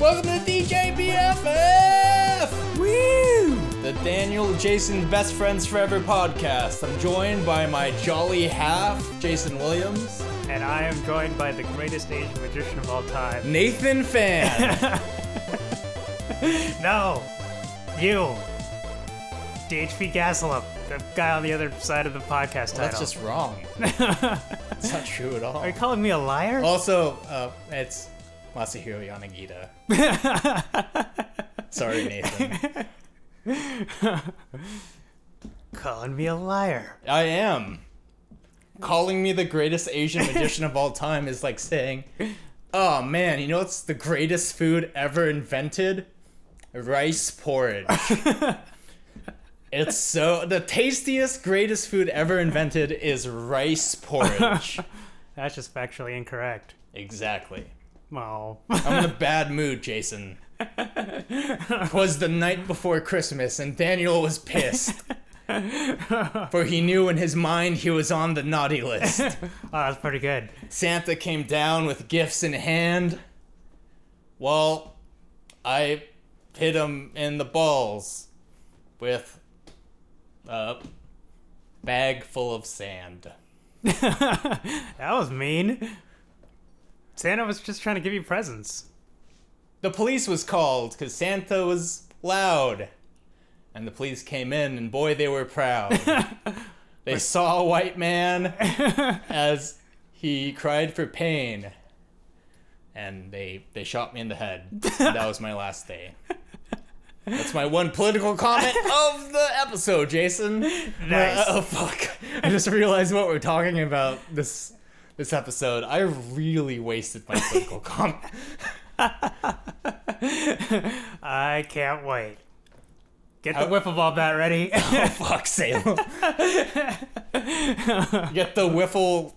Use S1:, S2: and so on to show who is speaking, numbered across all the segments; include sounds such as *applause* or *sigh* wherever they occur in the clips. S1: Welcome to DJ BFF!
S2: Woo!
S1: The Daniel Jason Best Friends Forever podcast. I'm joined by my jolly half, Jason Williams,
S2: And I am joined by the greatest Asian magician of all time.
S1: Nathan Fan.
S2: No! You! DHP Gaslam, the guy on the other side of the podcast title.
S1: That's just wrong. it's not true at all.
S2: *laughs* Are you calling me a liar?
S1: Also, uh, it's Masahiro Yanagita. Sorry, Nathan.
S2: Calling me a liar.
S1: I am. Calling me the greatest Asian magician of all time is like saying, oh man, you know what's the greatest food ever invented? Rice porridge. it's so. The tastiest, greatest food ever invented is rice porridge.
S2: That's just factually incorrect.
S1: exactly.
S2: *laughs* Oh.
S1: I'm in a bad mood, Jason. Twas the night before Christmas, and Daniel was pissed. For he knew in his mind he was on the naughty list.
S2: Oh, that's pretty good. *laughs*
S1: Santa came down with gifts in hand. Well, I hit him in the balls with a bag full of sand.
S2: That was mean. Santa was just trying to give you presents.
S1: The police was called because Santa was loud. And the police came in, and boy, they were proud. they saw a white man as he cried for pain. And they, they shot me in the head. And that was my last day. That's my one political comment of the episode, Jason.
S2: Nice.
S1: oh, fuck. I just realized what we're talking about this this episode. I really wasted my political comment.
S2: I can't wait. Get the
S1: How-
S2: wiffle ball
S1: *laughs*
S2: bat ready. *laughs*
S1: Oh fuck, Salem. *laughs* Get the wiffle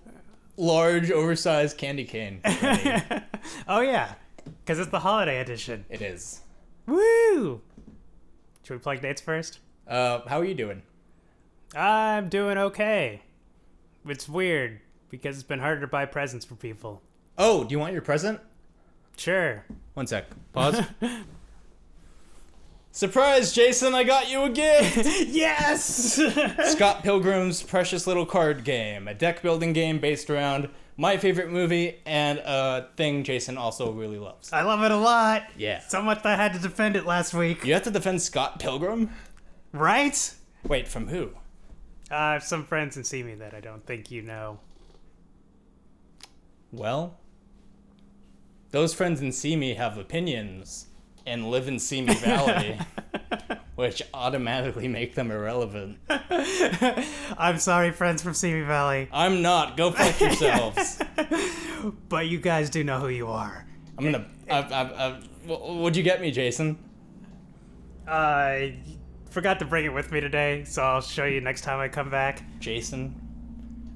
S1: large oversized candy cane. ready.
S2: oh, yeah. Because it's the holiday edition.
S1: it is.
S2: Woo! Should we plug dates first?
S1: Uh, how are you doing?
S2: I'm doing okay. It's weird because it's been harder to buy presents for people.
S1: Oh, do you want your present?
S2: Sure.
S1: One sec. Pause. Surprise, Jason, I got you a gift!
S2: Yes!
S1: *laughs* Scott Pilgrim's Precious Little Card Game, a deck building game based around my favorite movie and a thing Jason also really loves.
S2: *laughs* I love it a lot.
S1: Yeah.
S2: Uh, So much that I had to defend it last week.
S1: You have to defend Scott Pilgrim?
S2: Right?
S1: Wait, from who?
S2: Uh, I have some friends in see me that I don't think you know. *laughs*
S1: Well, those friends in Simi have opinions and live in Simi Valley, which automatically make them irrelevant.
S2: I'm sorry, friends from Simi Valley, *laughs*
S1: I'm not. Go fuck yourselves.
S2: but you guys do know who you are.
S1: I'm gonna. I, I, I, wh- what'd you get me, Jason?
S2: I Uh, forgot to bring it with me today, so I'll show you next time I come back.
S1: Jason,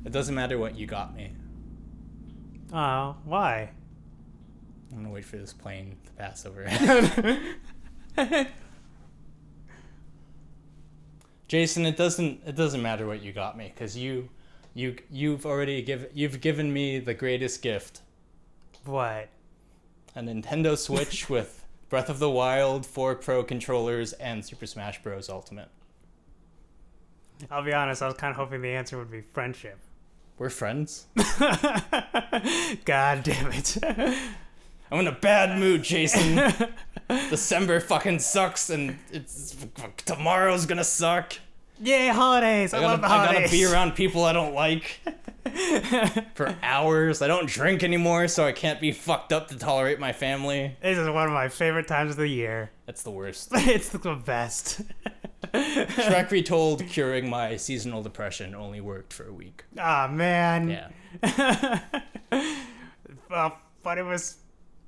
S1: it doesn't matter what you got me.
S2: Oh,
S1: *laughs*
S2: why?
S1: I'm gonna wait for this plane to pass over. *laughs* Jason, it doesn't it doesn't matter what you got me because you you you've already given you've given me the greatest gift
S2: What?
S1: a Nintendo
S2: *laughs*
S1: Switch with Breath of the Wild, four Pro controllers, and Super Smash Bros. Ultimate.
S2: I'll be honest, I was kind of hoping the answer would be friendship. *laughs*
S1: We're friends.
S2: God damn it. *laughs*
S1: I'm in a bad mood, Jason. December fucking sucks, and it's tomorrow's gonna suck.
S2: Yay, holidays! I,
S1: I gotta,
S2: love the
S1: I
S2: holidays.
S1: gotta be around people I don't like
S2: *laughs*
S1: for hours. I don't drink anymore, so I can't be fucked up to tolerate my family.
S2: This is one of my favorite times of the year. *laughs*
S1: That's the worst.
S2: It's the best. *laughs*
S1: Shrek retold curing my seasonal depression only worked for a week.
S2: Ah, man.
S1: Yeah.
S2: *laughs* Well, but it was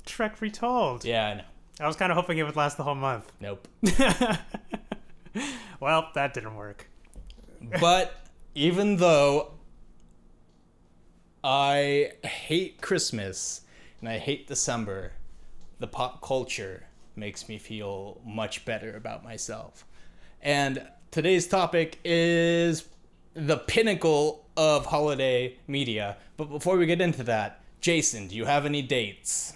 S2: Trek Retold.
S1: Yeah, I know.
S2: I was kind of hoping it would last the whole month.
S1: Nope.
S2: Well, that didn't work.
S1: But even though I hate Christmas and I hate December, the pop culture makes me feel much better about myself. And today's topic is the pinnacle of holiday media. But before we get into that, Jason, do you have any dates?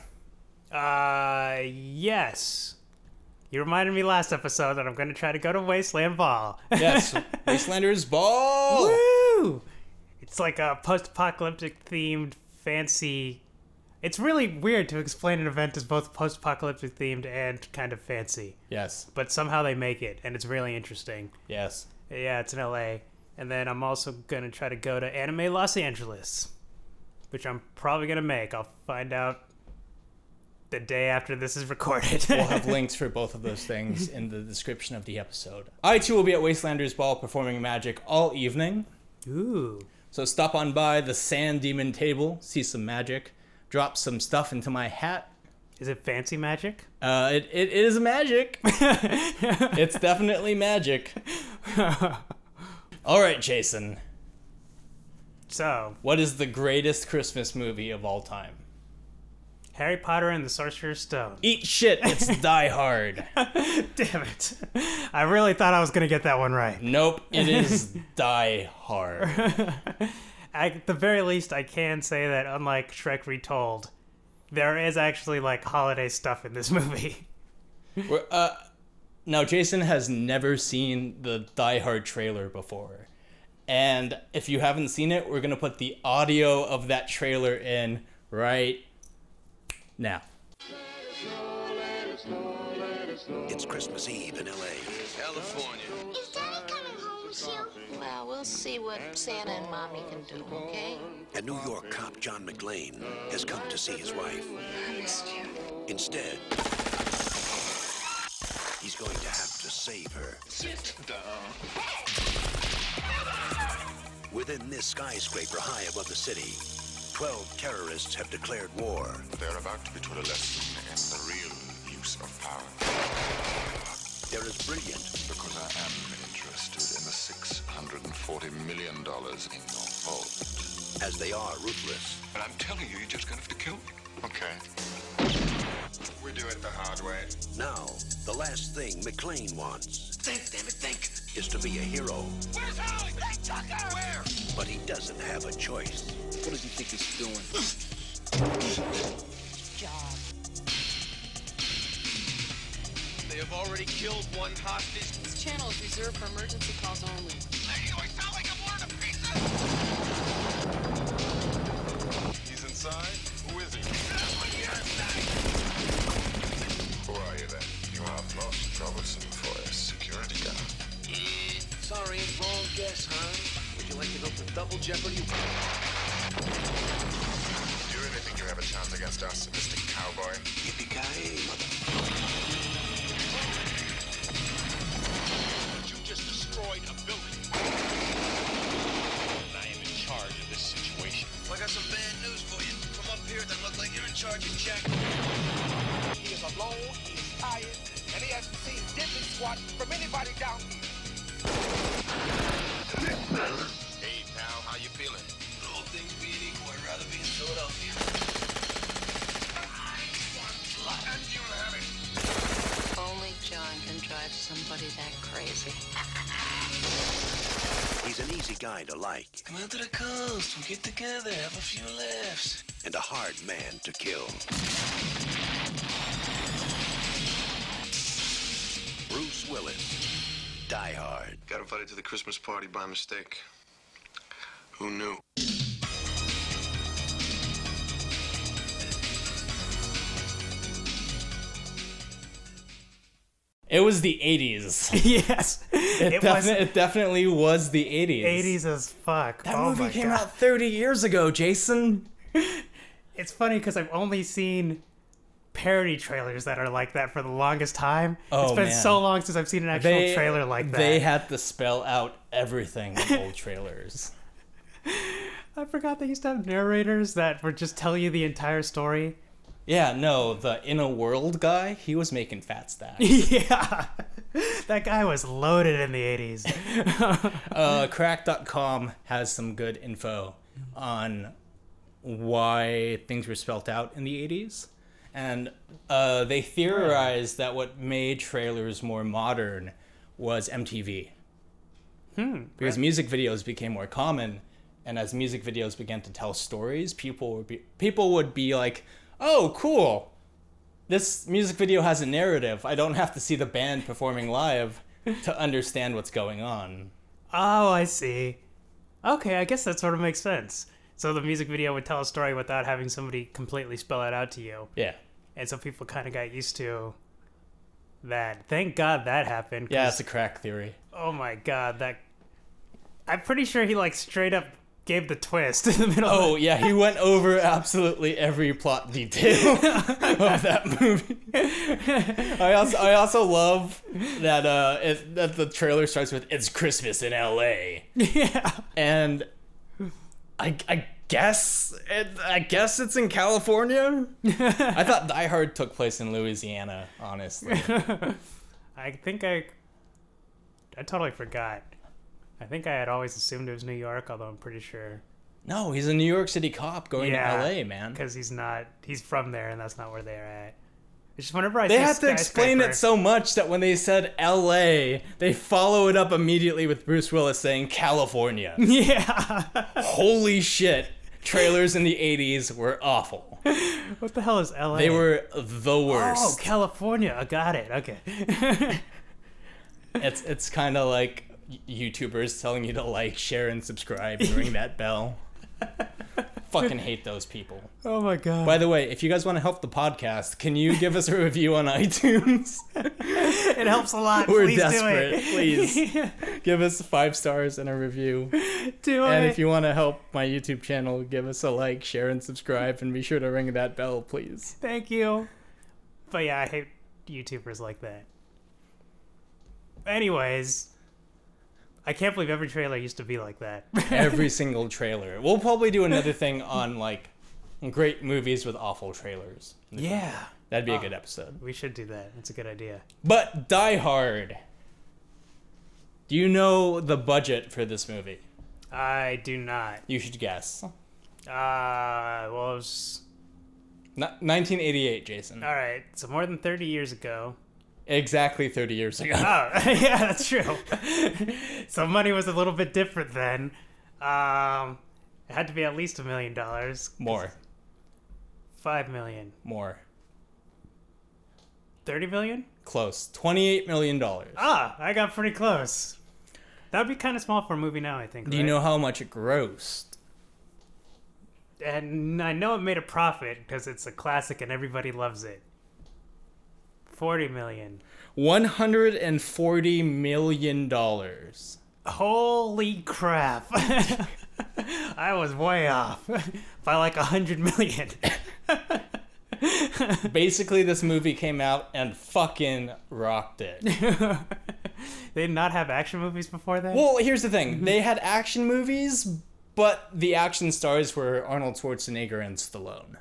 S2: Uh, yes. You reminded me last episode that I'm going to try to go to Wasteland Ball. *laughs*
S1: Yes, *laughs* Wastelanders Ball.
S2: Woo! It's like a post-apocalyptic themed fancy. It's really weird to explain an event as both post-apocalyptic themed and kind of fancy,
S1: Yes,
S2: but somehow they make it, and it's really interesting.
S1: yes.
S2: Yeah, it's in LA, and then I'm also gonna try to go to Anime Los Angeles, which I'm probably gonna make. I'll find out the day after this is recorded. *laughs*
S1: We'll have links for both of those things in the description of the episode. *laughs* I too will be at Wastelanders Ball performing magic all evening.
S2: Ooh,
S1: So stop on by the Sand Demon table, see some magic, drop some stuff into my hat.
S2: is it fancy
S1: *laughs*
S2: magic?
S1: Uh, it, it is *laughs* magic. it's definitely magic. All right, Jason.
S2: So,
S1: What is the greatest Christmas movie of all time?
S2: Harry Potter and the Sorcerer's Stone. *laughs*
S1: Eat shit, it's *laughs* Die Hard.
S2: Damn it! I really thought I was gonna get that one
S1: *laughs*
S2: right.
S1: Nope, it is Die Hard.
S2: At the very least, I can say that unlike Shrek Retold, there is actually like holiday stuff in this movie.
S1: We're, uh, now, Jason has never seen the Die Hard trailer before. And if you haven't seen it, we're going to put the audio of that trailer in right now.
S3: It's Christmas Eve in LA.
S4: California.
S5: Is Daddy coming home too? Well, we'll see what Santa and Mommy can do, okay?
S3: A New York cop, John McLean, has come to see his wife.
S5: I missed you.
S3: Instead, he's going to have to save her.
S4: Sit down.
S3: Within this skyscraper high above the city, 12 terrorists have declared war.
S4: They're about to be taught a lesson in the real use of power.
S3: They're as brilliant
S4: Because I am interested in the $640 million in your vault.
S3: as they are ruthless.
S4: But I'm telling you, you're just going to have to kill me. Okay. We do it the hard way.
S3: Now, the last thing McLean wants. Think, damn it, think! Is to be a hero.
S4: Where's Holly? Hey, Tucker! Where?
S3: But he doesn't have a choice.
S6: What does he think he's doing?
S7: They have already killed one hostage.
S8: This channel is reserved for emergency calls only.
S4: He's inside. Who is he? Who are you then? You are most troublesome for a security guard.
S6: Sorry, wrong guess, huh? Would you like to go for double jeopardy?
S4: Do you really think you have a chance against us, Mr. Cowboy?
S3: Yippee-ki-yay, mother.
S7: You just destroyed a building. I am in charge of this situation. I got some bad news for you. From up here, that look like you're in charge of Jack.
S9: He is alone, he is tired, and he hasn't seen dipping squat from anybody down here.
S4: Hey, pal, how you feeling?
S7: All things being equal, I'd rather be in Philadelphia.
S4: And you have it.
S5: Only John can drive somebody that crazy.
S3: He's an easy guy to like
S7: Come out to the coast. We'll get together, have a few laughs.
S3: and a hard man to kill. Bruce Willis, Die Hard.
S10: Got invited to the Christmas party by mistake. Who knew?
S1: It was the 80s. It,
S2: *laughs* yes, it,
S1: defi-
S2: was
S1: it definitely was the 80s.
S2: 80s as fuck.
S1: That
S2: oh my
S1: movie came
S2: God.
S1: out 30 years ago, Jason.
S2: It's funny because I've only seen parody trailers that are like that for the longest time.
S1: Oh,
S2: it's been
S1: man.
S2: so long since I've seen an actual trailer like that.
S1: They had to spell out everything in
S2: *laughs*
S1: old trailers.
S2: I forgot they used to have narrators that would just tell you the entire story.
S1: Yeah, no, the In a World guy, he was making fat stacks.
S2: *laughs* yeah, that guy was loaded in the 80s.
S1: uh, crack.com has some good info on why things were spelt out in the 80s. And uh, they theorized that what made trailers more modern was MTV. Hmm. Because music videos became more common, and as music videos began to tell stories, people would be people would be like, "Oh, cool! This music video has a narrative. I don't have to see the band performing live to understand what's going on.
S2: Oh, I see. Okay, I guess that sort of makes sense. So the music video would tell a story without having somebody completely spell it out to you.
S1: Yeah.
S2: And so people kind of got used to that. Thank God that happened. 'cause-
S1: Yeah, it's a crack theory.
S2: oh my God, that. I'm pretty sure he, like, straight up gave the twist *laughs* in the middle.
S1: Oh, yeah, he went over absolutely every plot
S2: *laughs*
S1: detail of that movie. I also I also love that uh it, that the trailer starts with it's Christmas in LA.
S2: yeah.
S1: And I I guess it, I guess it's in California.
S2: *laughs*
S1: I thought Die Hard took place in Louisiana, honestly.
S2: I think I. I totally forgot. I think I had always assumed it was New York, although I'm pretty sure.
S1: No, he's a New York City cop going
S2: Yeah,
S1: to LA, man.
S2: Because he's not. He's from there, and that's not where they're at. It's just whenever I
S1: They
S2: see
S1: had to explain
S2: skyscraper-
S1: it so much that when they said LA, they follow it up immediately with Bruce Willis saying California.
S2: *laughs* *laughs* Yeah.
S1: Holy shit. Trailers in the 80s were awful.
S2: what the hell is LA?
S1: They were the
S2: Oh,
S1: worst.
S2: California. I got it. Okay. *laughs*
S1: It's it's kind of like YouTubers telling you to like, share and subscribe and ring
S2: *laughs*
S1: that bell. Fucking hate those people.
S2: oh my god.
S1: By the way, if you guys want to help the podcast, can you give us a review on *laughs*
S2: *laughs*
S1: iTunes?
S2: it helps a lot.
S1: We're
S2: Please
S1: desperate.
S2: Do it. *laughs*
S1: Please. give us 5 stars and a review.
S2: do
S1: And
S2: it.
S1: if you want to help my YouTube channel, give us a like, share, and subscribe, and be sure to ring that bell, please.
S2: Thank you. But yeah, I hate YouTubers like that. Anyways, I can't believe every trailer used to be like that.
S1: *laughs*
S2: *laughs*
S1: Every single trailer. We'll probably do another thing on like great movies with awful trailers.
S2: yeah.
S1: That'd be a good episode.
S2: We should do that. That's a good idea.
S1: But Die Hard. Do you know the budget for this movie?
S2: I do not.
S1: You should guess.
S2: Uh, well, it was.
S1: Not 1988, Jason.
S2: Alright, so more than 30 years ago.
S1: Exactly 30 years *laughs* ago.
S2: Oh, *laughs* yeah, that's true. *laughs* so money was a little bit different then. Um, it had to be at least a million dollars.
S1: More.
S2: Five million.
S1: More.
S2: Thirty million?
S1: Close. 28 million dollars.
S2: Ah, I got pretty close. That'd be kind of small for a movie now, I think.
S1: Do you
S2: right?
S1: know how much it grossed?
S2: And I know it made a profit because it's a classic and everybody loves it. Forty million.
S1: 140 million dollars.
S2: Holy crap! *laughs* I was way off *laughs* by like a hundred million. *laughs*
S1: Basically, this movie came out and fucking rocked *laughs* it.
S2: they did not have action movies before that.
S1: well, here's the thing they had action movies, but the action stars were Arnold Schwarzenegger and Stallone.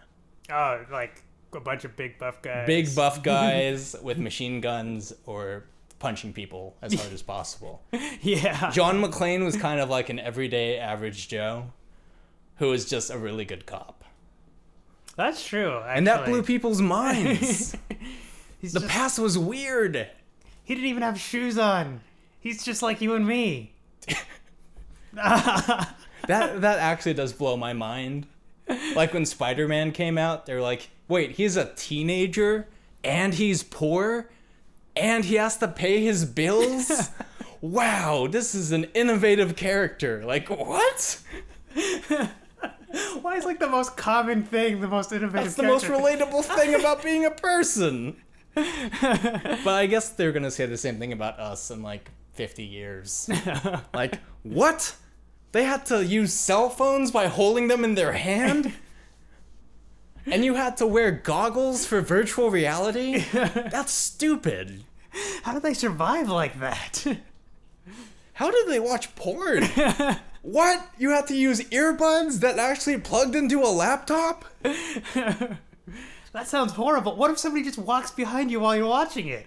S2: Oh, like a bunch of big buff guys.
S1: Big *laughs* buff guys with machine guns or punching people as hard as possible.
S2: *laughs* Yeah.
S1: John McClane was kind of like an everyday average Joe who was just a really good cop.
S2: That's true.
S1: And that
S2: actually.
S1: blew people's minds. *laughs*
S2: He's
S1: the
S2: just-
S1: past was weird.
S2: He didn't even have shoes on. He's just like you and *laughs* me.
S1: that that actually does blow my mind. Like when Spider Man came out, they're like, wait, he's a teenager and he's poor and he has to pay his bills? wow, this is an innovative character. Like, what?
S2: Why is like the most common thing, the most innovative?
S1: That's the most
S2: *laughs* character-
S1: relatable thing about being a person. but I guess they're gonna say the same thing about us in like 50 years. like, what? They had to use cell phones by holding them in their hand? and you had to wear goggles for virtual *laughs* reality? That's stupid.
S2: *laughs* How do they survive like that? *laughs*
S1: How did they watch porn? what? You had to use earbuds that actually plugged into a laptop?
S2: that sounds horrible. What if somebody just walks behind you while you're watching it?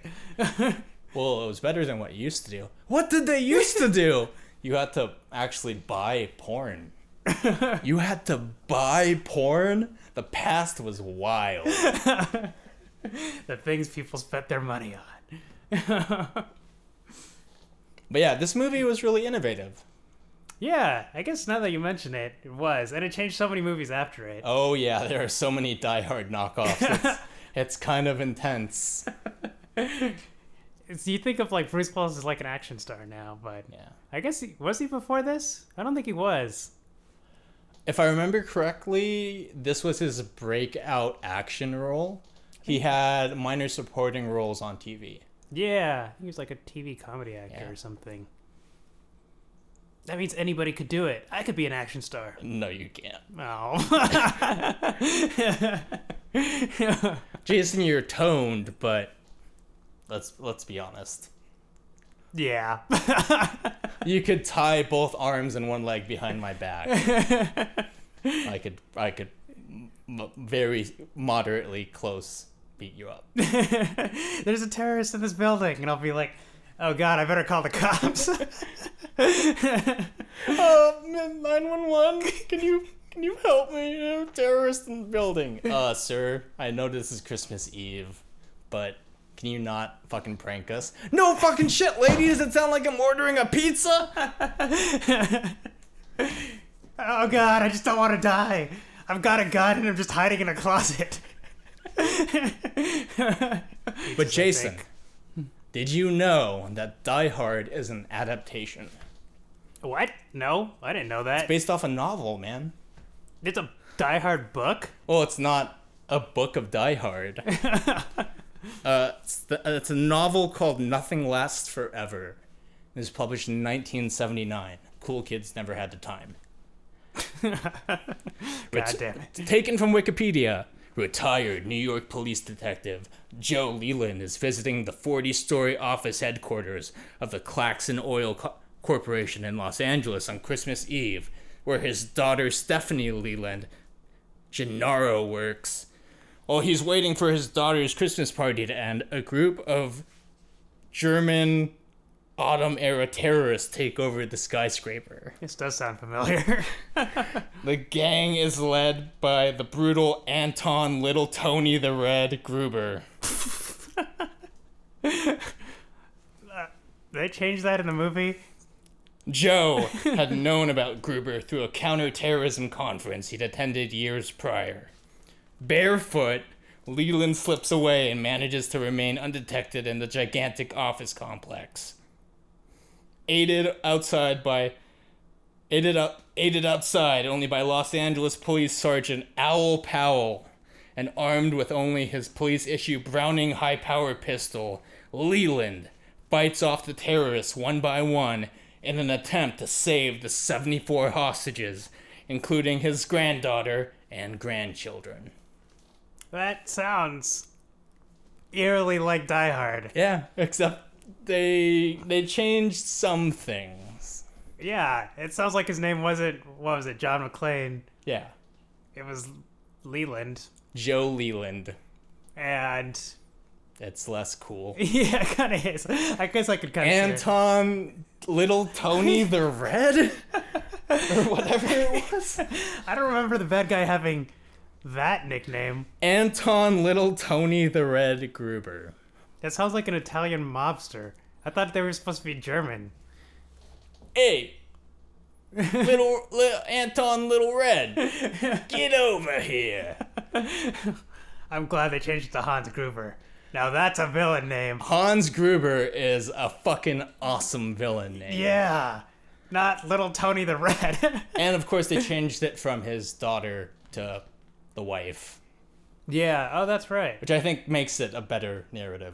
S1: Well, it was better than what you used to do. What did they used to do? *laughs* You had to actually buy porn. *laughs* you had to buy porn? The past was wild.
S2: the things people spent their money on.
S1: But yeah, this movie was really innovative.
S2: *laughs* Yeah, I guess now that you mention it, *laughs* it was, and it changed so many movies after it.
S1: *laughs* Oh yeah, there are so many Die Hard knockoffs. It's, It's kind of intense.
S2: It's- you think of like Bruce Willis as like an action star now, but
S1: Yeah.
S2: I guess he was he before this? I don't think he was.
S1: If I remember correctly, this was his breakout action role. He had minor supporting roles on TV.
S2: Yeah, he was like a TV comedy actor
S1: Yeah.
S2: or something. That means anybody could do it. I could be an action star.
S1: No, you can't.
S2: Oh.
S1: Jason, you're toned, but let's let's be honest.
S2: *laughs* yeah. *laughs*
S1: You could tie both arms and one leg behind my *laughs* back. I could I could m- very moderately close beat you up.
S2: There's a terrorist in this building, and I'll be like, oh god, I better call the cops. *laughs*
S1: Uh, nine one one. Can you can you help me? There are terrorists in the building. Uh, sir, I know this is Christmas Eve, but can you not fucking prank us? No fucking shit, lady. Does it sound like I'm ordering a pizza?
S2: oh god, I just don't want to die. I've got a gun and I'm just hiding in a closet.
S1: But Jason, did you know that Die Hard is an adaptation
S2: What? No, I didn't know that.
S1: based off a novel, man?
S2: It's a Die Hard book.
S1: Well, it's not a book of Die
S2: *laughs*
S1: Hard. uh, it's, the, uh, it's a novel called Nothing Lasts Forever. It was published in 1979. Cool kids never had the
S2: *laughs*
S1: time.
S2: God damn it.
S1: Taken from Wikipedia. Retired New York police detective Joe Leland is visiting the 40 story office headquarters of the Claxon Oil Co- Corporation in Los Angeles on Christmas Eve, where his daughter Stephanie Leland, Gennaro, works. While he's waiting for his daughter's Christmas party to end, a group of German autumn era terrorists take over the skyscraper.
S2: This does sound familiar. *laughs*
S1: The gang is led by the brutal Anton Little Tony the Red Gruber.
S2: they changed that in the movie.
S1: Joe had known about Gruber through a counterterrorism conference he'd attended years prior. Barefoot, Leland slips away and manages to remain undetected in the gigantic office complex. Aided outside by aided up aided outside only by Los Angeles Police Sergeant Owl Powell, and armed with only his police issue Browning high power pistol, Leland bites off the terrorists one by one in an attempt to save the 74 hostages, including his granddaughter and grandchildren.
S2: That sounds eerily like Die Hard.
S1: Yeah, except they they changed some things.
S2: Yeah, it sounds like his name wasn't what was it, John McClane.
S1: Yeah,
S2: It was Leland.
S1: Joe Leland.
S2: And *laughs*
S1: That's less *laughs* cool.
S2: yeah, it kinda is. I guess I could kinda see it.
S1: Anton Little *laughs* Tony the Red? or whatever it *laughs* was.
S2: I don't remember the bad guy having that nickname.
S1: Anton Little Tony the Red Gruber.
S2: That sounds like an Italian mobster. I thought they were supposed to be German.
S1: *laughs* Hey! Little, little Anton Little Red, get over here.
S2: I'm glad they changed it to Hans Gruber. Now that's a villain name.
S1: Hans Gruber is a fucking awesome villain name.
S2: Yeah. Not little Tony the Red. *laughs*
S1: And of course, they changed it from his daughter to the wife,
S2: yeah, oh that's right.
S1: which I think makes it a better narrative.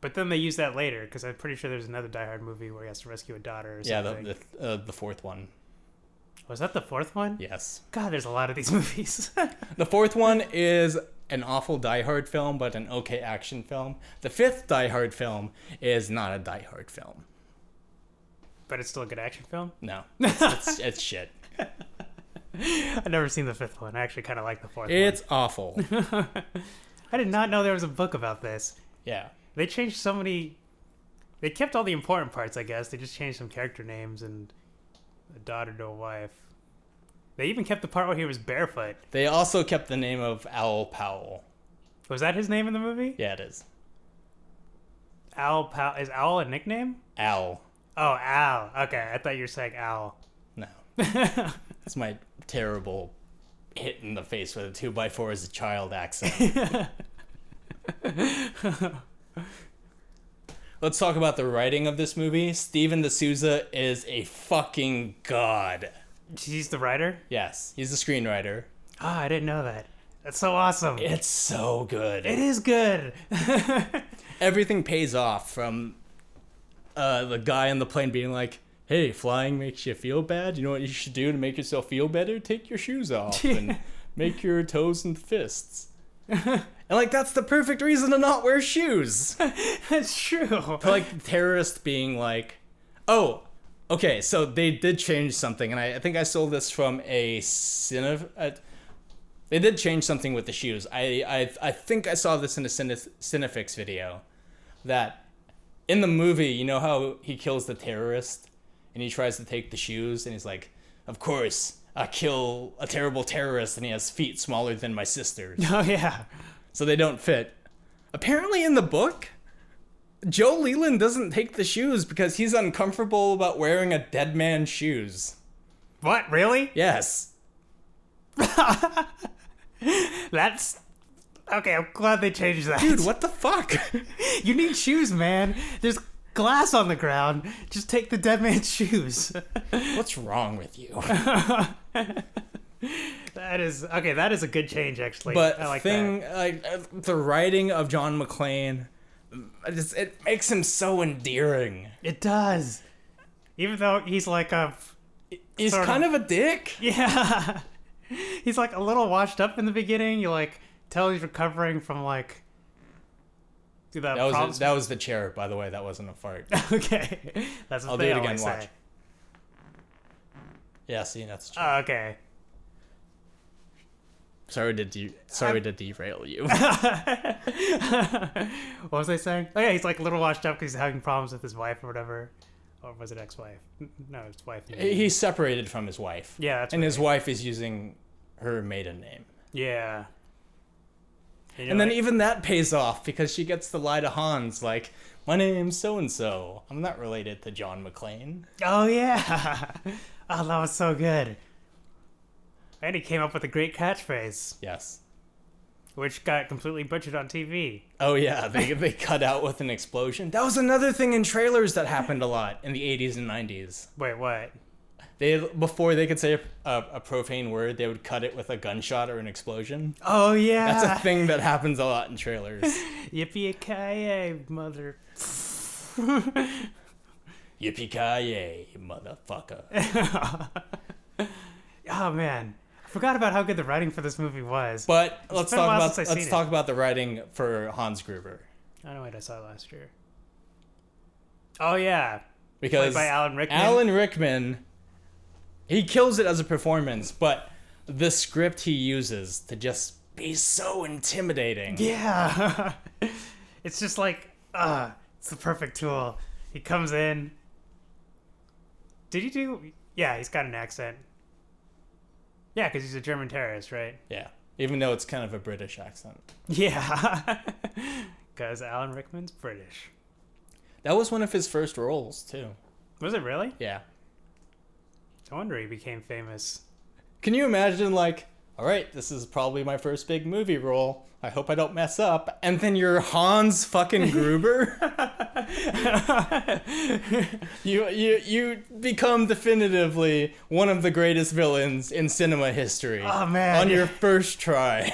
S2: But then they use that later because I'm pretty sure there's another Die Hard movie where he has to rescue a daughter or
S1: Yeah,
S2: something.
S1: the, the, uh, the fourth one.
S2: Was that the fourth one?
S1: Yes.
S2: God, there's a lot of these *laughs* movies.
S1: The fourth one is an awful Die Hard film, but an okay action film. The fifth Die Hard film is not a Die Hard film.
S2: but it's still a good action film.
S1: No, it's, it's, it's shit.
S2: I've never seen the fifth one. I actually kind of like the fourth one.
S1: It's awful.
S2: I did not know there was a book about this.
S1: Yeah.
S2: They changed so many. They kept all the important parts, I guess. They just changed some character names and a daughter to a wife. They even kept the part where he was barefoot.
S1: They also kept the name of Owl Powell.
S2: Was that his name in the movie?
S1: Yeah, it is.
S2: Owl Pal. Is Owl a nickname?
S1: Owl.
S2: Oh, Owl. Okay, I thought you were saying Owl.
S1: No. It's my terrible hit in the face with a 2 by 4 as a child accent. Let's talk about the writing of this movie. Steven D'Souza is a fucking god.
S2: He's the writer?
S1: Yes, he's a screenwriter.
S2: Oh, I didn't know that. That's so awesome.
S1: It's so good.
S2: it is good. *laughs*
S1: Everything pays off from uh, the guy on the plane being like, "Hey, flying makes you feel bad. You know what you should do to make yourself feel better? Take your shoes off and make your toes and fists." and like that's the perfect reason to not wear shoes.
S2: That's
S1: *laughs*
S2: true. Oh,
S1: But, like the terrorist being like, oh, okay, so they did change something, and I, I think I stole this from a cine. Uh, they did change something with the shoes. I I, I think I saw this in a cine, Cinefix video, that in the movie, you know how he kills the terrorist, and he tries to take the shoes, and he's like, of course. I kill a terrible terrorist and he has feet smaller than my sister's.
S2: Oh yeah.
S1: so they don't fit. Apparently, in the book, Joe Leland doesn't take the shoes because he's uncomfortable about wearing a dead man's shoes.
S2: What? Really?
S1: Yes.
S2: That's okay. I'm glad they changed that.
S1: Dude, what the fuck?
S2: *laughs*
S1: *laughs*
S2: You need shoes, man. There's glass on the ground. Just take the dead man's shoes. *laughs*
S1: What's wrong with you?
S2: that is okay. That is a good change, actually.
S1: But
S2: I like
S1: thing like uh, the writing of John McClane, I just, it makes him so endearing.
S2: that. It does. Even though he's like a
S1: He's
S2: Sort of.
S1: kind of a dick.
S2: yeah, *laughs* he's like a little washed up in the beginning. You like tell he's recovering from like. That,
S1: That was
S2: problems-
S1: a, that was the chair, by the way. That wasn't a fart.
S2: *laughs* okay. That's what
S1: I'll do
S2: they
S1: it again.
S2: always
S1: Watch.
S2: say.
S1: Yeah, see, that's. the chair.
S2: Oh, okay. *laughs*
S1: sorry to de- sorry to derail you. *laughs*
S2: What was I saying? Oh yeah, he's like a little washed up because he's having problems with his wife or whatever, or was it ex-wife? N- No, it's wife.
S1: He's separated from his wife.
S2: Yeah, that's
S1: and
S2: right.
S1: his wife is using her maiden name.
S2: Yeah.
S1: And then even that pays off because she gets to lie to Hans like, "My name's so and so. I'm not related to John McClane."
S2: oh yeah, *laughs* oh that was so good. And he came up with a great catchphrase,
S1: Yes.
S2: which got completely butchered on TV.
S1: Oh yeah, they they cut out with an explosion. That was another thing in trailers that happened a lot in the 80s and 90s.
S2: Wait, what?
S1: They before they could say a, a, a profane word, they would cut it with a gunshot or an explosion.
S2: Oh yeah,
S1: That's a thing that happens a lot in trailers. *laughs*
S2: *laughs* Yippee ki mother. *laughs*
S1: Yippee ki yay, motherfucker!
S2: Oh man, I forgot about how good the writing for this movie was.
S1: But let's
S2: been a
S1: talk
S2: while
S1: about
S2: since I've
S1: let's
S2: seen
S1: talk about the writing for Hans Gruber
S2: I don't know what I saw last year. Oh yeah,
S1: because
S2: by Alan Rickman.
S1: Alan Rickman, he kills it as a performance, but the script he uses to just be so intimidating.
S2: Yeah. *laughs* it's just like, uh, it's the perfect tool. He comes in. Did he do. Yeah, he's got an accent. Yeah, because he's a German terrorist, right?
S1: Yeah. Even though it's kind of a British accent.
S2: Yeah. *laughs* Because Alan Rickman's British.
S1: That was one of his first roles too.
S2: Was it really?
S1: Yeah.
S2: No wonder he became famous.
S1: Can you imagine like, all right, this is probably my first big movie role. I hope I don't mess up. And then you're Hans fucking *laughs* Gruber. you you you become definitively one of the greatest villains in cinema history.
S2: Oh, man.
S1: On your first try.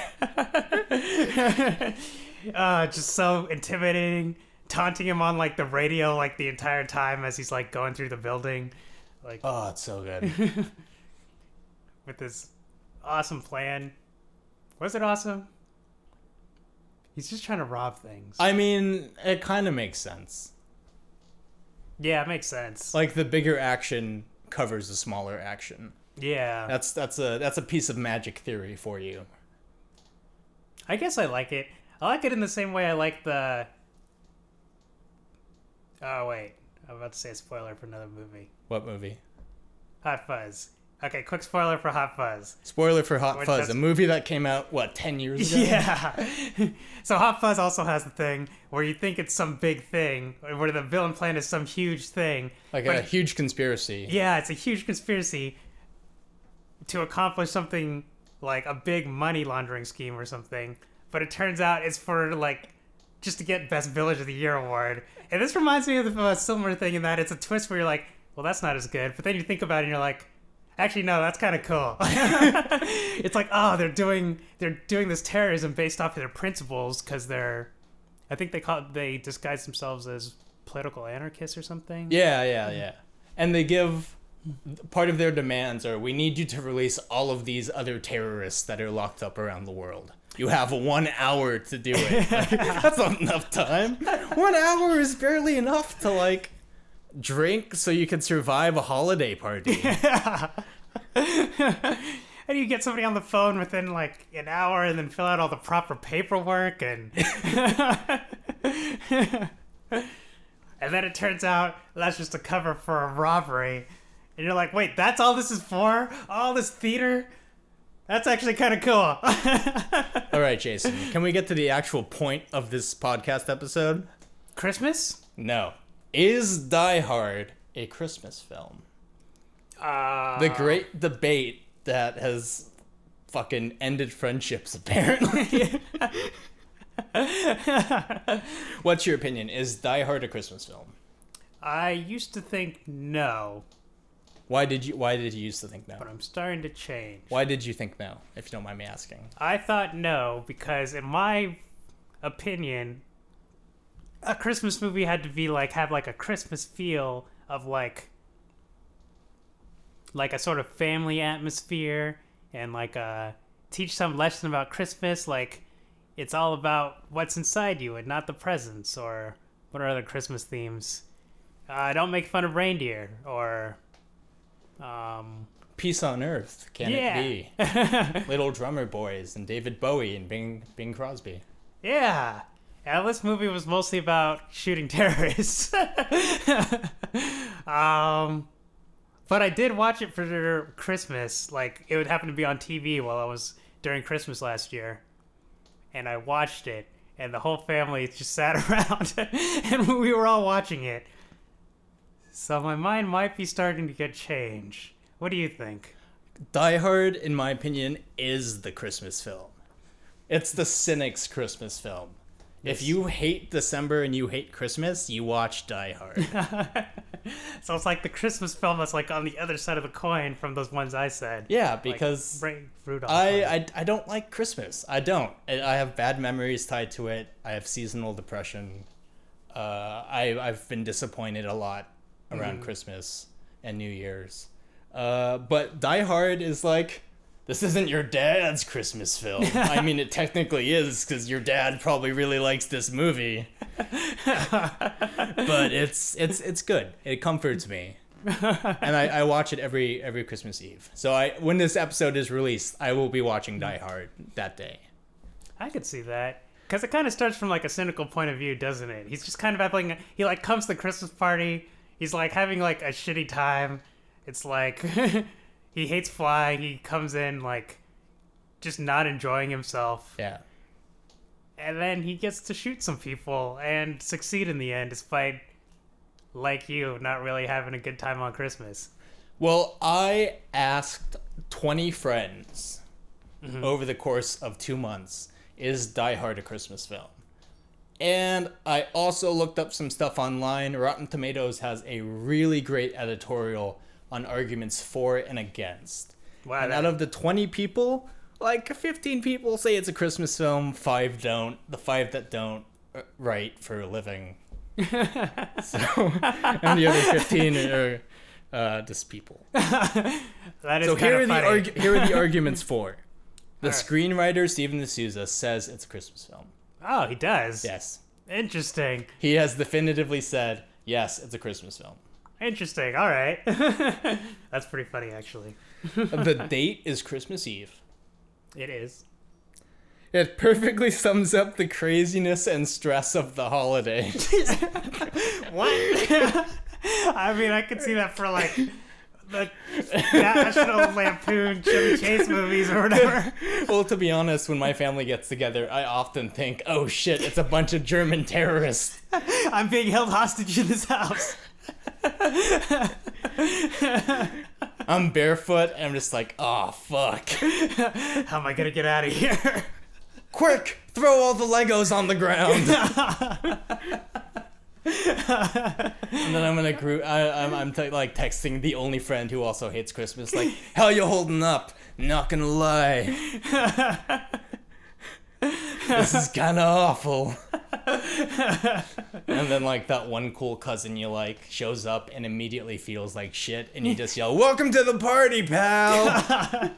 S2: Uh, just so intimidating. Taunting him on like the radio like the entire time as he's like going through the building. Like
S1: *laughs* Oh, it's so good.
S2: with this awesome plan. Was it awesome? He's just trying to rob things.
S1: *laughs* I mean, it kind of makes sense.
S2: yeah, it makes sense.
S1: Like the bigger action covers the smaller action.
S2: yeah.
S1: That's that's a that's a piece of magic theory for you.
S2: I guess I like it. I like it in the same way I like the. Oh, wait. I'm about to say a spoiler for another movie
S1: What movie?
S2: Hot Fuzz. Okay, quick spoiler for Hot Fuzz.
S1: Spoiler for Hot
S2: Wait,
S1: Fuzz,
S2: that's-
S1: a movie that came out what ten years ago.
S2: Yeah. *laughs* so Hot Fuzz also has the thing where you think it's some big thing, where the villain plan is some huge thing.
S1: like
S2: but
S1: a huge conspiracy.
S2: *laughs* Yeah, it's a huge conspiracy to accomplish something like a big money laundering scheme or something. But it turns out it's for like just to get Best Village of the Year award. And this reminds me of the uh, Silver thing in that it's a twist where you're like, well, that's not as good. But then you think about it and you're like, actually, no, that's kind of cool. *laughs* it's like, oh, they're doing they're doing this terrorism based off of their principles because they're, I think they call they disguise themselves as political anarchists or something.
S1: Yeah, yeah, yeah. And they give part of their demands are we need you to release all of these other terrorists that are locked up around the world. You have one hour to do
S2: *laughs*
S1: it. Like, that's not enough time. One hour is barely enough to like drink so you can survive a holiday
S2: *laughs*
S1: party.
S2: And you get somebody on the phone within like an hour and then fill out all the proper paperwork *laughs* and And then it turns out that's just a cover for a robbery. And you're like, wait, that's all this is for? All this theater? That's actually kind of cool. *laughs*
S1: All right, Jason, can we get to the actual point of this podcast episode?
S2: Christmas?
S1: No. Is Die Hard a Christmas film?
S2: Uh,
S1: the great debate that has fucking ended friendships *laughs*
S2: *laughs*
S1: apparently what's your opinion is die hard a christmas film
S2: I used to think no,
S1: why did you why did you used to think no
S2: but I'm starting to change.
S1: why did you think no if you don't mind me asking
S2: I thought no because, in my opinion, a Christmas movie had to be like have like a Christmas feel of like like a sort of family atmosphere and like uh teach some lesson about Christmas. Like it's all about what's inside you and not the presents or what are other Christmas themes. Uh, don't make fun of reindeer or um
S1: peace on earth can
S2: Yeah. *laughs*
S1: it be little drummer boys and david bowie and bing bing crosby
S2: Yeah. And this movie was mostly about shooting *laughs* terrorists. um, but I did watch it for Christmas. Like, it would happen to be on TV while I was during Christmas last year. And I watched it, and the whole family just *laughs* sat around, and we were all watching it. So my mind might be starting to get change. What do you think? *laughs*
S1: Die Hard, in my opinion, is the Christmas film. It's the cynic's Christmas film. If you hate December and you hate Christmas, you watch Die Hard.
S2: So it's like the Christmas film that's like on the other side of the coin from those ones I said.
S1: yeah, because
S2: Ray Rudolph.
S1: I, I I don't like Christmas. I don't. I, I have bad memories tied to it. I have seasonal depression. Uh, I I've been disappointed a lot around Christmas and New Year's. Uh, but Die Hard is like this isn't your dad's Christmas film. I mean, it technically is because your dad probably really likes this movie. *laughs* but it's it's it's good. It comforts me and I, I watch it every every Christmas Eve. So I when this episode is released, I will be watching Die Hard that day.
S2: *laughs* I could see that because it kind of starts from like a cynical point of view, doesn't it? He's just kind of having he like comes to the Christmas party. He's like having like a shitty time. It's like *laughs* he hates flying. He comes in like just not enjoying himself,
S1: Yeah.
S2: and then he gets to shoot some people and succeed in the end, despite like you not really having a good time on Christmas.
S1: Well, I asked 20 friends over the course of 2 months, is Die Hard a Christmas film? And I also looked up some stuff online. Rotten Tomatoes has a really great editorial on arguments for and against.
S2: Wow,
S1: and
S2: that-
S1: out of the 20 people, like 15 people say it's a Christmas film, five don't. The five that don't uh, write for a
S2: *laughs*
S1: living. so, *laughs* and the other 15 are uh, just people.
S2: That is
S1: So here are, the
S2: funny.
S1: argu- here are the arguments
S2: *laughs*
S1: for. The
S2: All right.
S1: screenwriter Stephen D'Souza says it's a Christmas film.
S2: oh, he does.
S1: Yes.
S2: Interesting.
S1: He has definitively said, yes, it's a Christmas film.
S2: Interesting. All right. *laughs* That's pretty funny, actually. *laughs*
S1: the date is Christmas Eve.
S2: It is.
S1: It perfectly sums up the craziness and stress of the holiday.
S2: What? *laughs* I mean, I could see that for like the National Lampoon Chevy Chase movies or whatever.
S1: well, to be honest, when my family gets together, I often think, oh shit, it's a bunch of German terrorists.
S2: I'm being held hostage in this house.
S1: I'm barefoot, and I'm just like, oh fuck.
S2: How am I gonna get out of here? *laughs*
S1: Quick, throw all the Legos on the ground. and then I'm gonna group. I, I'm, I'm te- like texting the only friend who also hates Christmas. Like, how you holding up? Not gonna lie, this is kind of awful. and then like that one cool cousin you like shows up and immediately feels like shit, and you just yell, "Welcome to the party, pal!"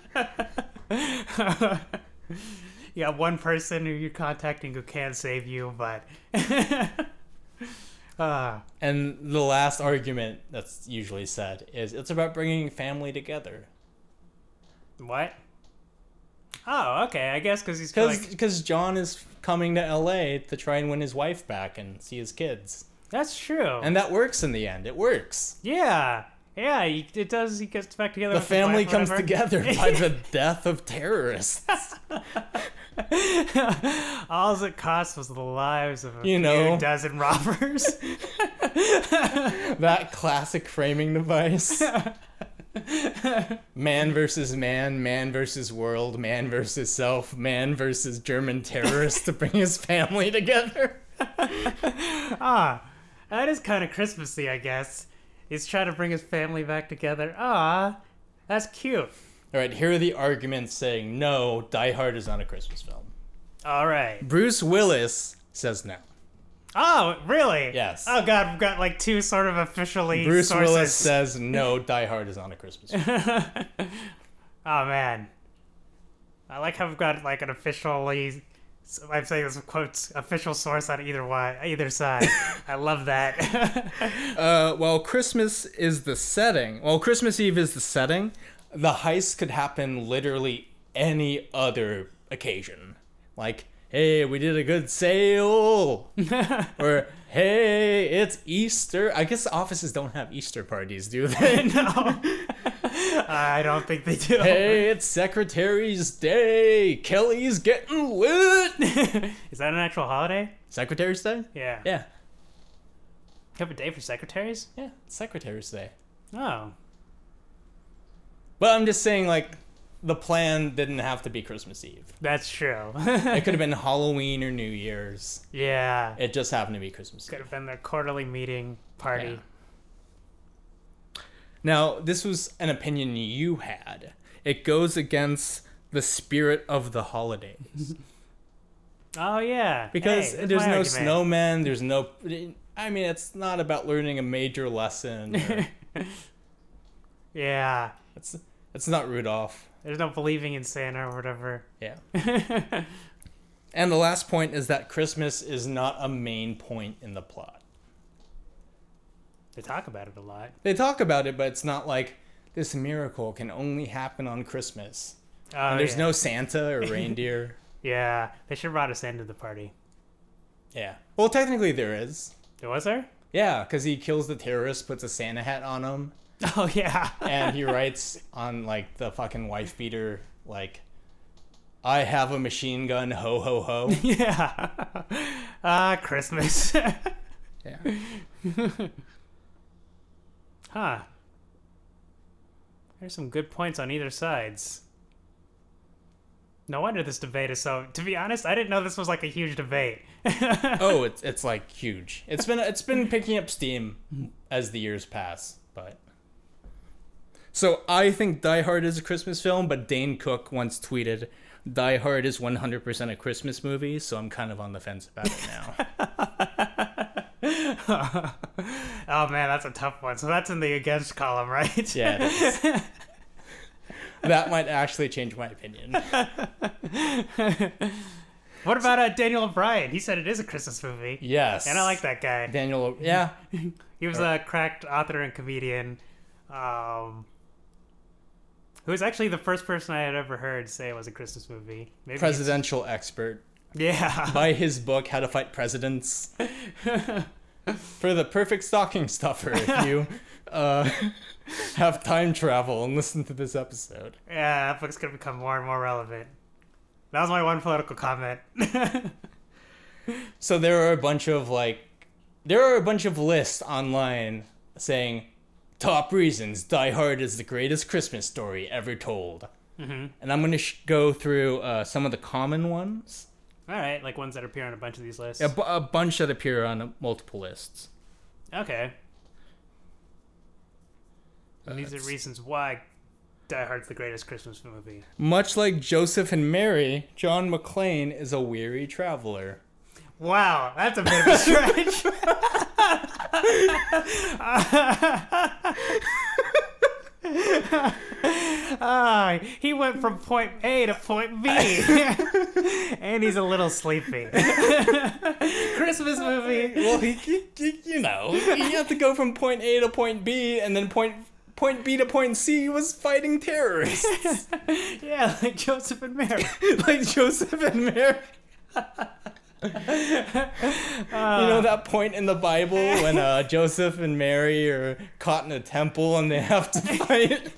S2: you got one person who you're contacting who can save you, but *laughs* uh,
S1: and the last argument that's usually said is, "It's about bringing family together."
S2: what? Oh, okay. I guess because he's
S1: Because
S2: like
S1: John is coming to LA to try and win his wife back and see his kids.
S2: that's true.
S1: And that works in the end. It works.
S2: yeah, yeah. He, it does. He gets back together.
S1: The
S2: with his wife,
S1: family comes
S2: whatever. *laughs*
S1: together by the death of terrorists.
S2: All it cost was the lives of a
S1: You
S2: few
S1: know.
S2: dozen robbers. *laughs*
S1: That classic framing
S2: *laughs*
S1: device. man versus man, man versus world, man versus self, man versus German terrorists to bring his family together. *laughs*
S2: that is kind of Christmassy, I guess. He's trying to bring his family back together. Ah, that's cute.
S1: All right, here are the arguments saying no, Die Hard is not a Christmas film.
S2: All right.
S1: Bruce Willis says no.
S2: Oh, really?
S1: Yes.
S2: Oh God, we've got like two sort of officially.
S1: Bruce
S2: sources.
S1: Willis says no, Die Hard is not a Christmas film.
S2: *laughs* Oh man, I like how we've got like an officially. I'm saying this with quotes official source on either one,
S1: *laughs*
S2: either side. I love that. *laughs*
S1: Uh, well, Christmas is the setting. Well, Christmas Eve is the setting. The heist could happen literally any other occasion. Like, hey, we did a good sale. or, hey, it's Easter. I guess offices don't have Easter parties, do they? *laughs*
S2: I don't think they do.
S1: hey, it's Secretary's Day. Kelly's getting
S2: *laughs*
S1: lit.
S2: Is that an actual holiday?
S1: Secretary's Day?
S2: Yeah.
S1: Yeah.
S2: You have a day for secretaries?
S1: Yeah, it's Secretary's Day.
S2: Oh.
S1: But I'm just saying, like, the plan didn't have to be Christmas Eve.
S2: That's true. *laughs*
S1: It could have been Halloween or New Year's.
S2: yeah.
S1: It just happened to be Christmas
S2: Could
S1: Eve.
S2: have been their quarterly meeting party.
S1: Now, this was an opinion you had. It goes against the spirit of the holiday
S2: Oh yeah.
S1: because
S2: Hey, that's
S1: there's
S2: my
S1: no
S2: argument.
S1: snowmen. There's no. I mean, it's not about learning a major
S2: *laughs*
S1: lesson. or-
S2: Yeah.
S1: it's it's not Rudolph.
S2: There's no believing in Santa or whatever.
S1: Yeah. and the last point is that Christmas is not a main point in the plot.
S2: They talk about it a lot.
S1: They talk about it, but it's not like this miracle can only happen on Christmas.
S2: Oh,
S1: There's
S2: yeah.
S1: no Santa or reindeer.
S2: Yeah, they should have brought us into the party.
S1: Yeah. Well, technically there is.
S2: There was there?
S1: Yeah, because he kills the terrorist, puts a Santa hat on him,
S2: Oh yeah.
S1: and he writes on like the fucking wife beater like, "I have a machine gun, ho ho ho."
S2: *laughs* *laughs* yeah. Ah, Christmas.
S1: yeah.
S2: huh. There's some good points on either sides. No wonder this debate is so. To be honest, I didn't know this was like a huge debate.
S1: Oh, it's it's like huge. It's been it's been picking up steam as the years pass, but. So I think Die Hard is a Christmas film, but Dane Cook once tweeted, "Die Hard is 100% a Christmas movie," so I'm kind of on the fence about it now.
S2: Oh man, that's a tough one. So that's in the against column,
S1: *laughs*
S2: right?
S1: Yeah, it is. *laughs* that might actually change my opinion.
S2: *laughs* What about uh, Daniel O'Brien? He said it is a Christmas movie.
S1: Yes.
S2: And I like that guy.
S1: Daniel.
S2: *laughs*
S1: Yeah.
S2: He was a cracked author and comedian, um, who was actually the first person I had ever heard say it was a Christmas movie. Maybe
S1: Presidential expert.
S2: *laughs* Yeah.
S1: Buy his book, How to Fight Presidents. For the perfect stocking stuffer, if you uh, have time travel and listen to this episode.
S2: yeah, that book's gonna become more and more relevant. That was my one political comment. *laughs*
S1: So there are a bunch of like, there are a bunch of lists online saying top reasons Die Hard is the greatest Christmas story ever told. And I'm gonna sh- go through uh, some of the common ones
S2: All right, like ones that appear on a bunch of these lists.
S1: A, bu- a bunch that appear on uh, multiple lists.
S2: Okay. And these are
S1: That's-
S2: reasons why Die Hard's the greatest Christmas movie.
S1: Much like Joseph and Mary, John McClane is a weary traveler.
S2: Wow, that's a bit of a stretch. Ah, he went from point A to point B, *laughs* and he's a little sleepy. *laughs* Christmas movie.
S1: Well, he, he, he- you know, you have to go from point A to point B, and then point point B to point C was fighting
S2: *laughs*
S1: terrorists
S2: Yeah, like Joseph and Mary.
S1: like Joseph and Mary. you know that point in the Bible when
S2: *laughs*
S1: uh, Joseph and Mary are caught in a temple and they have
S2: *laughs*
S1: to fight.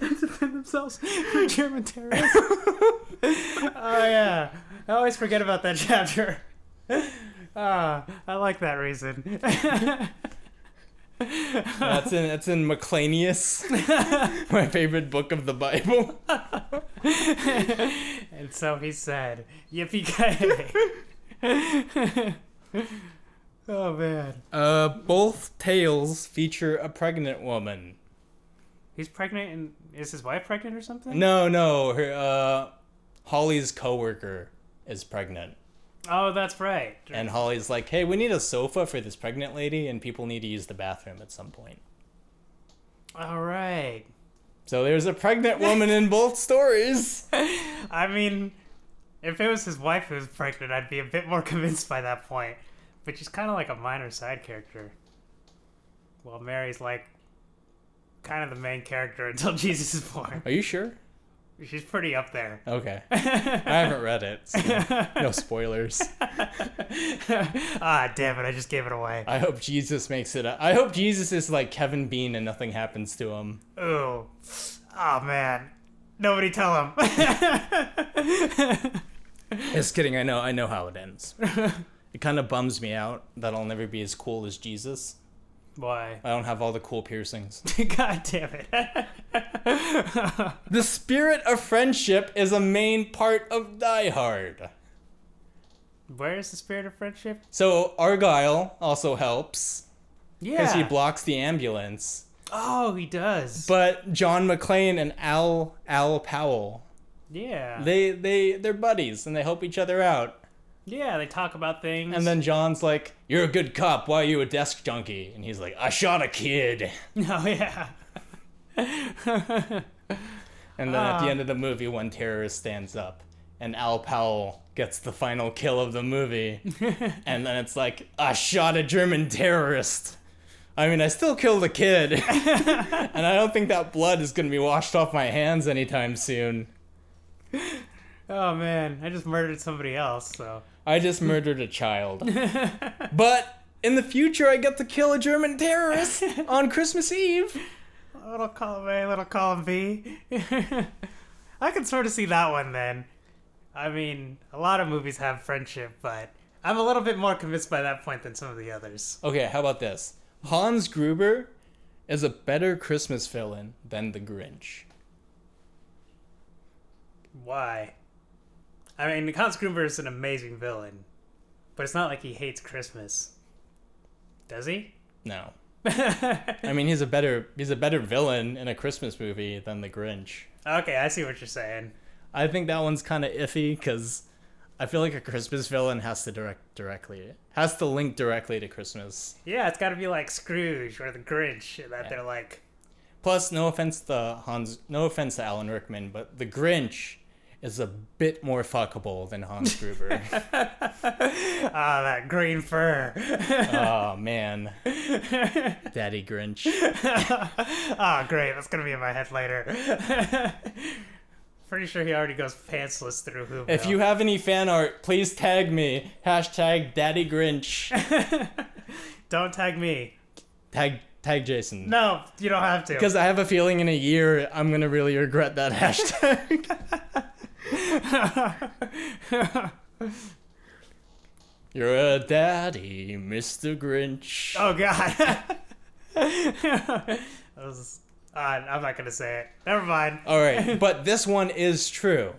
S2: defend themselves from German terrorists. *laughs* oh yeah, I always forget about that chapter. *laughs* Ah, I like that reason.
S1: That's in that's in Maclanius, *laughs* my favorite book of the Bible.
S2: *laughs* and so he said, "Yippee ki *laughs* Oh man,
S1: Uh, both tales feature a pregnant woman.
S2: he's pregnant, and is his wife pregnant or something?
S1: No, no, her uh, Holly's coworker is pregnant,
S2: Oh, that's right.
S1: and Holly's like, "Hey, we need a sofa for this pregnant lady, and people need to use the bathroom at some point."
S2: All right.
S1: So there's a pregnant woman in both stories.
S2: I mean, if it was his wife who was pregnant, I'd be a bit more *laughs* convinced by that point. But she's kind of like a minor side character. While Mary's like kind of the main character *laughs* until Jesus is born.
S1: Are you sure?
S2: She's pretty up
S1: *laughs*
S2: there.
S1: Okay, I haven't read it. So no spoilers.
S2: ah, damn it, I just gave it away.
S1: I hope Jesus makes it. Up. I hope Jesus is like Kevin Bean and nothing happens to him.
S2: Ooh. Oh, man. Nobody tell him. *laughs*
S1: Just kidding. I know. I know how it ends. It kind of bums me out that I'll never be as cool as Jesus.
S2: Why?
S1: I don't have all the cool piercings.
S2: *laughs* God damn it.
S1: The spirit of friendship is a main part of Die Hard.
S2: *laughs* Where is the spirit of friendship?
S1: So Argyle also helps because
S2: Yeah.
S1: he blocks the ambulance.
S2: oh, he does.
S1: But John McClane and Al Al Powell,
S2: yeah.
S1: they they they're buddies and they help each other out.
S2: Yeah, they talk about things.
S1: And then John's like, "You're a good cop. Why are you a desk junkie?" And he's like, "I shot a kid."
S2: *laughs* oh yeah,
S1: And then at the end of the movie, one terrorist stands up, and Al Powell gets the final kill of the movie. and then it's like, I shot a German terrorist. I mean, I still killed a kid. and I don't think that blood is going to be washed off my hands anytime soon.
S2: oh man, I just murdered somebody else. So
S1: I just murdered a child. but in the future, I get to kill a German terrorist on Christmas Eve.
S2: little column A, little column B. *laughs* I can sort of see that one then. I mean, a lot of movies have friendship, but I'm a little bit more convinced by that point than some of the others.
S1: Okay, how about this? Hans Gruber is a better Christmas villain than the Grinch.
S2: Why? I mean, Hans Gruber is an amazing villain, but it's not like he hates Christmas, does he? *laughs*
S1: No. I mean, he's a better he's a better villain in a Christmas movie than the Grinch.
S2: Okay, I see what you're saying.
S1: I think that one's kind of iffy because I feel like a Christmas villain has to direct directly has to link directly to Christmas.
S2: Yeah, it's got to be like Scrooge or the Grinch that they're like,
S1: Plus, no offense to Hans, no offense to Alan Rickman, but the Grinch is a bit more fuckable than Hans Gruber.
S2: ah, that green fur,
S1: oh man, Daddy Grinch.
S2: ah, great, that's gonna be in my head later. *laughs* Pretty sure he already goes pantsless through Whoville.
S1: If you have any fan art, please tag me hashtag Daddy Grinch.
S2: don't tag me,
S1: Tag tag Jason.
S2: no, you don't have to.
S1: Because I have a feeling in a year I'm gonna really regret that *laughs* hashtag. You're a daddy, Mr. Grinch.
S2: oh god, *laughs* that uh, was, ah, I'm not gonna say it. Never mind.
S1: All right, but this one is true.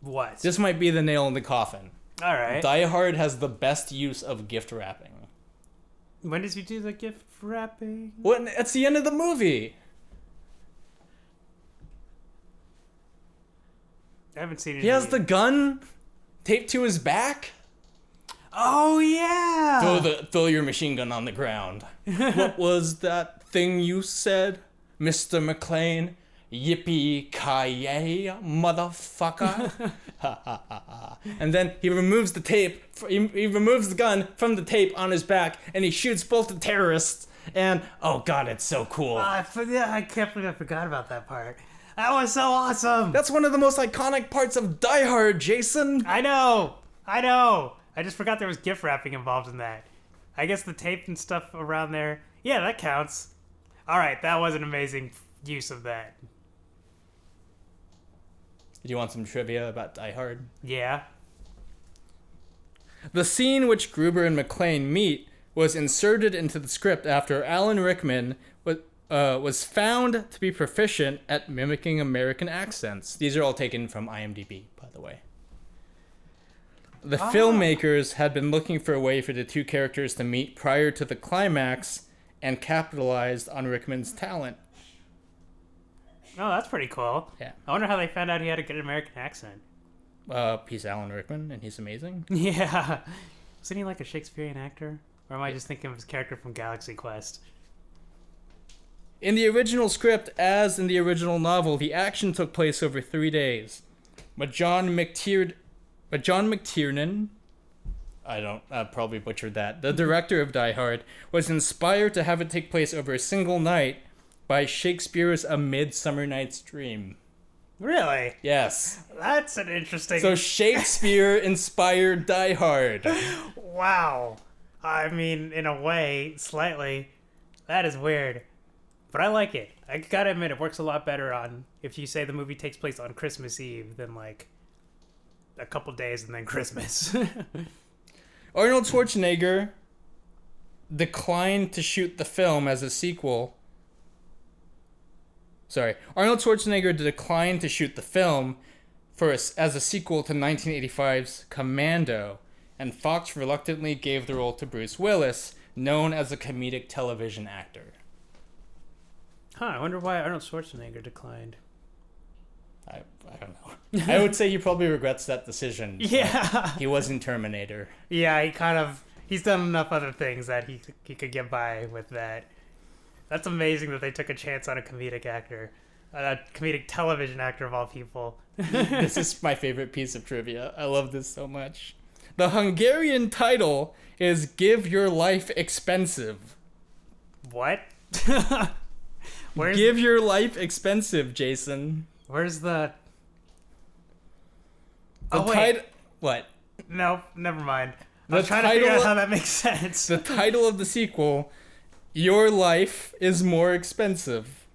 S2: What?
S1: This might be the nail in the coffin.
S2: All right.
S1: Die Hard has the best use of gift wrapping.
S2: when does he do the gift wrapping?
S1: When it's the end of the movie.
S2: I haven't seen it.
S1: He has the gun taped to his back.
S2: Oh yeah.
S1: Throw the throw your machine gun on the ground. what was that thing you said, Mister McLean? Yippee ki motherfucker! *laughs* Ha, ha, ha, ha. and then he removes the tape. fr- He, he removes the gun from the tape on his back, and he shoots both the terrorists. And oh god, it's so cool.
S2: I for- yeah, I can't believe I forgot about that part. That was so awesome.
S1: That's one of the most iconic parts of Die Hard, Jason.
S2: I know. I know. I just forgot there was gift wrapping involved in that. I guess the tape and stuff around there. Yeah, that counts. All right, that was an amazing use of that.
S1: Do you want some trivia about Die Hard?
S2: Yeah.
S1: The scene which Gruber and McLean meet was inserted into the script after Alan Rickman was, uh, was found to be proficient at mimicking American accents. These are all taken from IMDb, by the way. The filmmakers had been looking for a way for the two characters to meet prior to the climax and capitalized on Rickman's talent.
S2: Oh, that's pretty cool.
S1: Yeah.
S2: I wonder how they found out he had a good American accent. *laughs*
S1: Uh, he's Alan Rickman, and he's amazing.
S2: Yeah. Isn't he like a Shakespearean actor? Or am I just thinking of his character from Galaxy Quest?
S1: In the original script, as in the original novel, the action took place over three days. But John McTier- but John McTiernan, I don't, I probably butchered that. The director of Die Hard was inspired to have it take place over a single night by Shakespeare's A Midsummer Night's Dream.
S2: Really?
S1: Yes.
S2: That's an interesting.
S1: So Shakespeare inspired Die Hard.
S2: wow. I mean, in a way, slightly. That is weird. But I like it. I gotta admit, it works a lot better on if you say the movie takes place on Christmas Eve than like a couple days and then Christmas. *laughs*
S1: Arnold Schwarzenegger declined to shoot the film as a sequel. Sorry, Arnold Schwarzenegger declined to shoot the film for a, as a sequel to 1985's Commando, and Fox reluctantly gave the role to Bruce Willis, known as a comedic television actor.
S2: huh, I wonder why Arnold Schwarzenegger declined.
S1: I, I don't know. I would say he probably regrets that decision.
S2: Yeah.
S1: He was in Terminator.
S2: Yeah, he kind of he's done enough other things that he he could get by with that. That's amazing that they took a chance on a comedic actor, a comedic television actor of all people.
S1: this is my favorite piece of trivia. I love this so much. The Hungarian title is "Give Your Life Expensive."
S2: What? *laughs* where's
S1: Give your life expensive, Jason.
S2: where's the?
S1: The
S2: oh wait,
S1: tit- what?
S2: no, never mind.
S1: The
S2: I'm trying to figure out
S1: title-
S2: how that makes sense.
S1: The title of the sequel, "Your Life Is More
S2: *laughs*
S1: Expensive."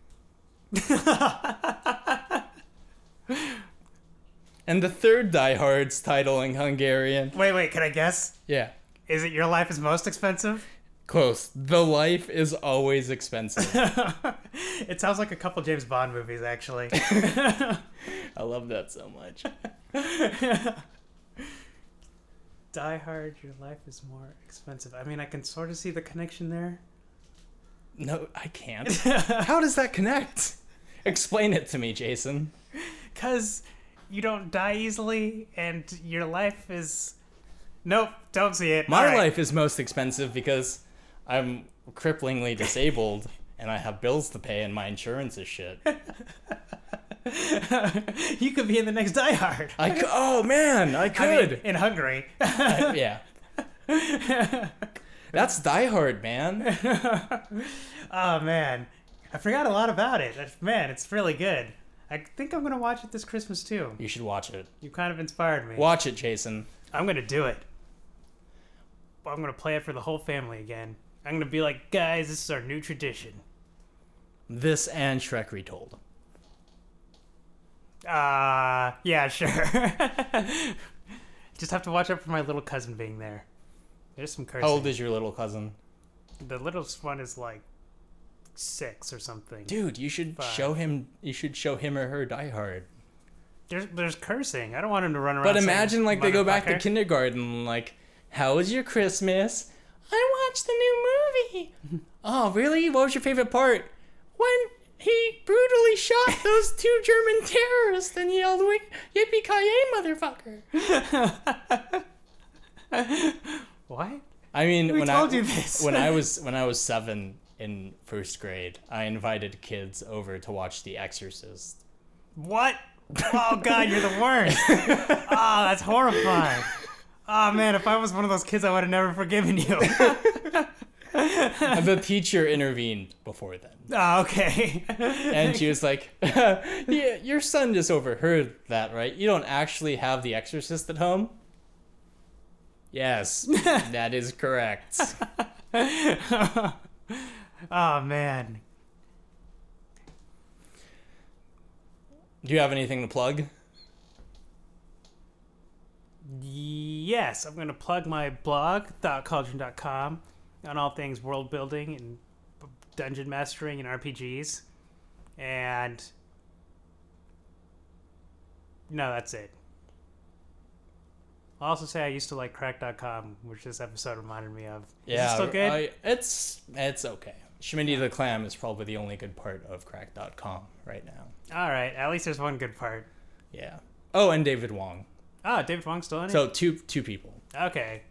S1: and the third Die Hard's title in Hungarian.
S2: Wait, wait, can I guess?
S1: Yeah,
S2: Is it your life is most expensive? *laughs*
S1: close. The life is always expensive.
S2: *laughs* it sounds like a couple James Bond movies, actually. *laughs*
S1: I love that so much.
S2: Die Hard, your life is more expensive. I mean, I can sort of see the connection there.
S1: No, I
S2: *laughs*
S1: can't. How does that connect? Explain it to me, Jason.
S2: Because you don't die easily, and your life is. Nope, don't see it.
S1: My
S2: All right.
S1: life is most expensive because I'm cripplingly disabled and I have bills to pay and my insurance is shit.
S2: *laughs* you could be in the next Die Hard.
S1: I
S2: *laughs*
S1: c- oh man, I
S2: I mean,
S1: could.
S2: in Hungary. *laughs*
S1: yeah. That's Die Hard, man.
S2: *laughs* oh, man. I forgot a lot about it. That's- Man, it's really good. I think I'm going to watch it this Christmas, too.
S1: You should watch it.
S2: You kind of inspired me.
S1: Watch it, Jason.
S2: I'm gonna do it. I'm gonna play it for the whole family again. I'm gonna be like, guys, this is our new tradition.
S1: This and Shrek Retold.
S2: Uh, yeah, sure. *laughs* Just have to watch out for my little cousin being there. There's some cursing.
S1: How old is your little cousin?
S2: the littlest one is like six or something.
S1: Dude, you should
S2: Five.
S1: show him. You should show him or her Die Hard.
S2: There's there's cursing. I don't want him to run around.
S1: But
S2: saying,
S1: imagine like they go back to
S2: "Motherfucker."
S1: kindergarten and like, how was your Christmas? I watched the new *laughs* movie. oh, really? What was your favorite part? When he brutally shot *laughs* those two German terrorists and yelled, "Yippee ki yay, motherfucker!"
S2: What?
S1: I mean,
S2: We
S1: when
S2: told
S1: I
S2: you this. *laughs*
S1: when I was when I was seven in first grade, I invited kids over to watch The *laughs* Exorcist.
S2: What? Oh God, you're the *laughs* worst. oh, that's horrifying. Oh man, if I was one of those kids, I would have never forgiven you. *laughs*
S1: And the teacher intervened before then,
S2: oh, okay. *laughs*
S1: and she was like, *laughs* "Yeah, your son just overheard that, right? You don't actually have The Exorcist at home."
S2: *laughs*
S1: Yes, that is correct.
S2: oh man.
S1: Do you have anything to plug?
S2: Yes, I'm gonna plug my blog, thoughtcauldron.com, on all things world building and b- dungeon mastering and RPGs. And no, that's it. I'll also say I used to like crack.com, which this episode reminded me of. Is it still good?
S1: I- it's it's okay. Shmindy the Clam is probably the only good part of Crack.com right now.
S2: All right, at least there's one good part.
S1: Yeah. Oh, and David Wong.
S2: Oh, David Fong's still in it?
S1: So two two people.
S2: okay.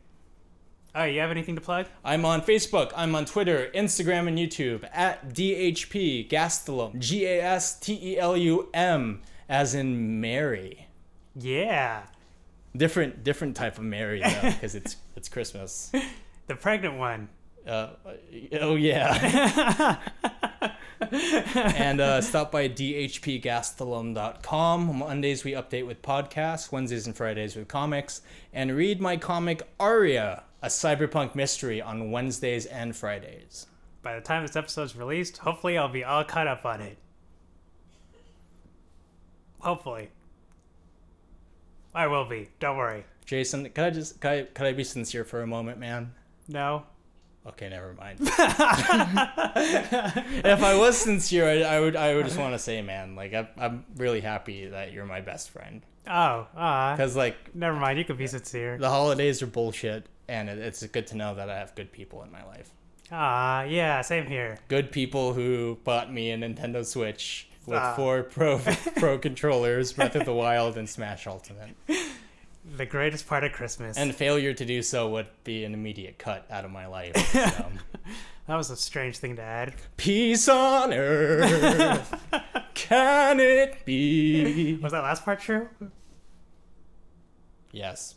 S2: Oh, you have anything to plug?
S1: I'm on Facebook. I'm on Twitter, Instagram, and YouTube at DHP Gastelum. G A S T E L U M, as in Mary.
S2: Yeah,
S1: Different different type of Mary though, because it's it's Christmas.
S2: the pregnant one.
S1: Uh, oh yeah. and uh, stop by dhpgastelum.com. Mondays we update with podcasts, Wednesdays and Fridays with comics, and read my comic Aria, a cyberpunk mystery on Wednesdays and Fridays.
S2: By the time this episode's released, hopefully I'll be all caught up on it. Hopefully. I will be. Don't worry.
S1: Jason, could I just could I, could I be sincere for a moment, man?
S2: No?
S1: Okay, never mind. if I was sincere, I, I would I would just want to say, man, like I'm, I'm really happy that you're my best friend
S2: Oh, ah.
S1: because like
S2: Never mind. You can be sincere.
S1: the holidays are bullshit, and it, it's good to know that I have good people in my life.
S2: Ah, yeah, same here.
S1: Good people who bought me a Nintendo Switch with
S2: Ah.
S1: four pro pro controllers, Breath of the Wild, and Smash Ultimate.
S2: The greatest part of Christmas.
S1: And failure to do so would be an immediate cut out of my life. So.
S2: that was a strange thing to add.
S1: Peace on earth. Can it be?
S2: Was that last part true?
S1: Yes.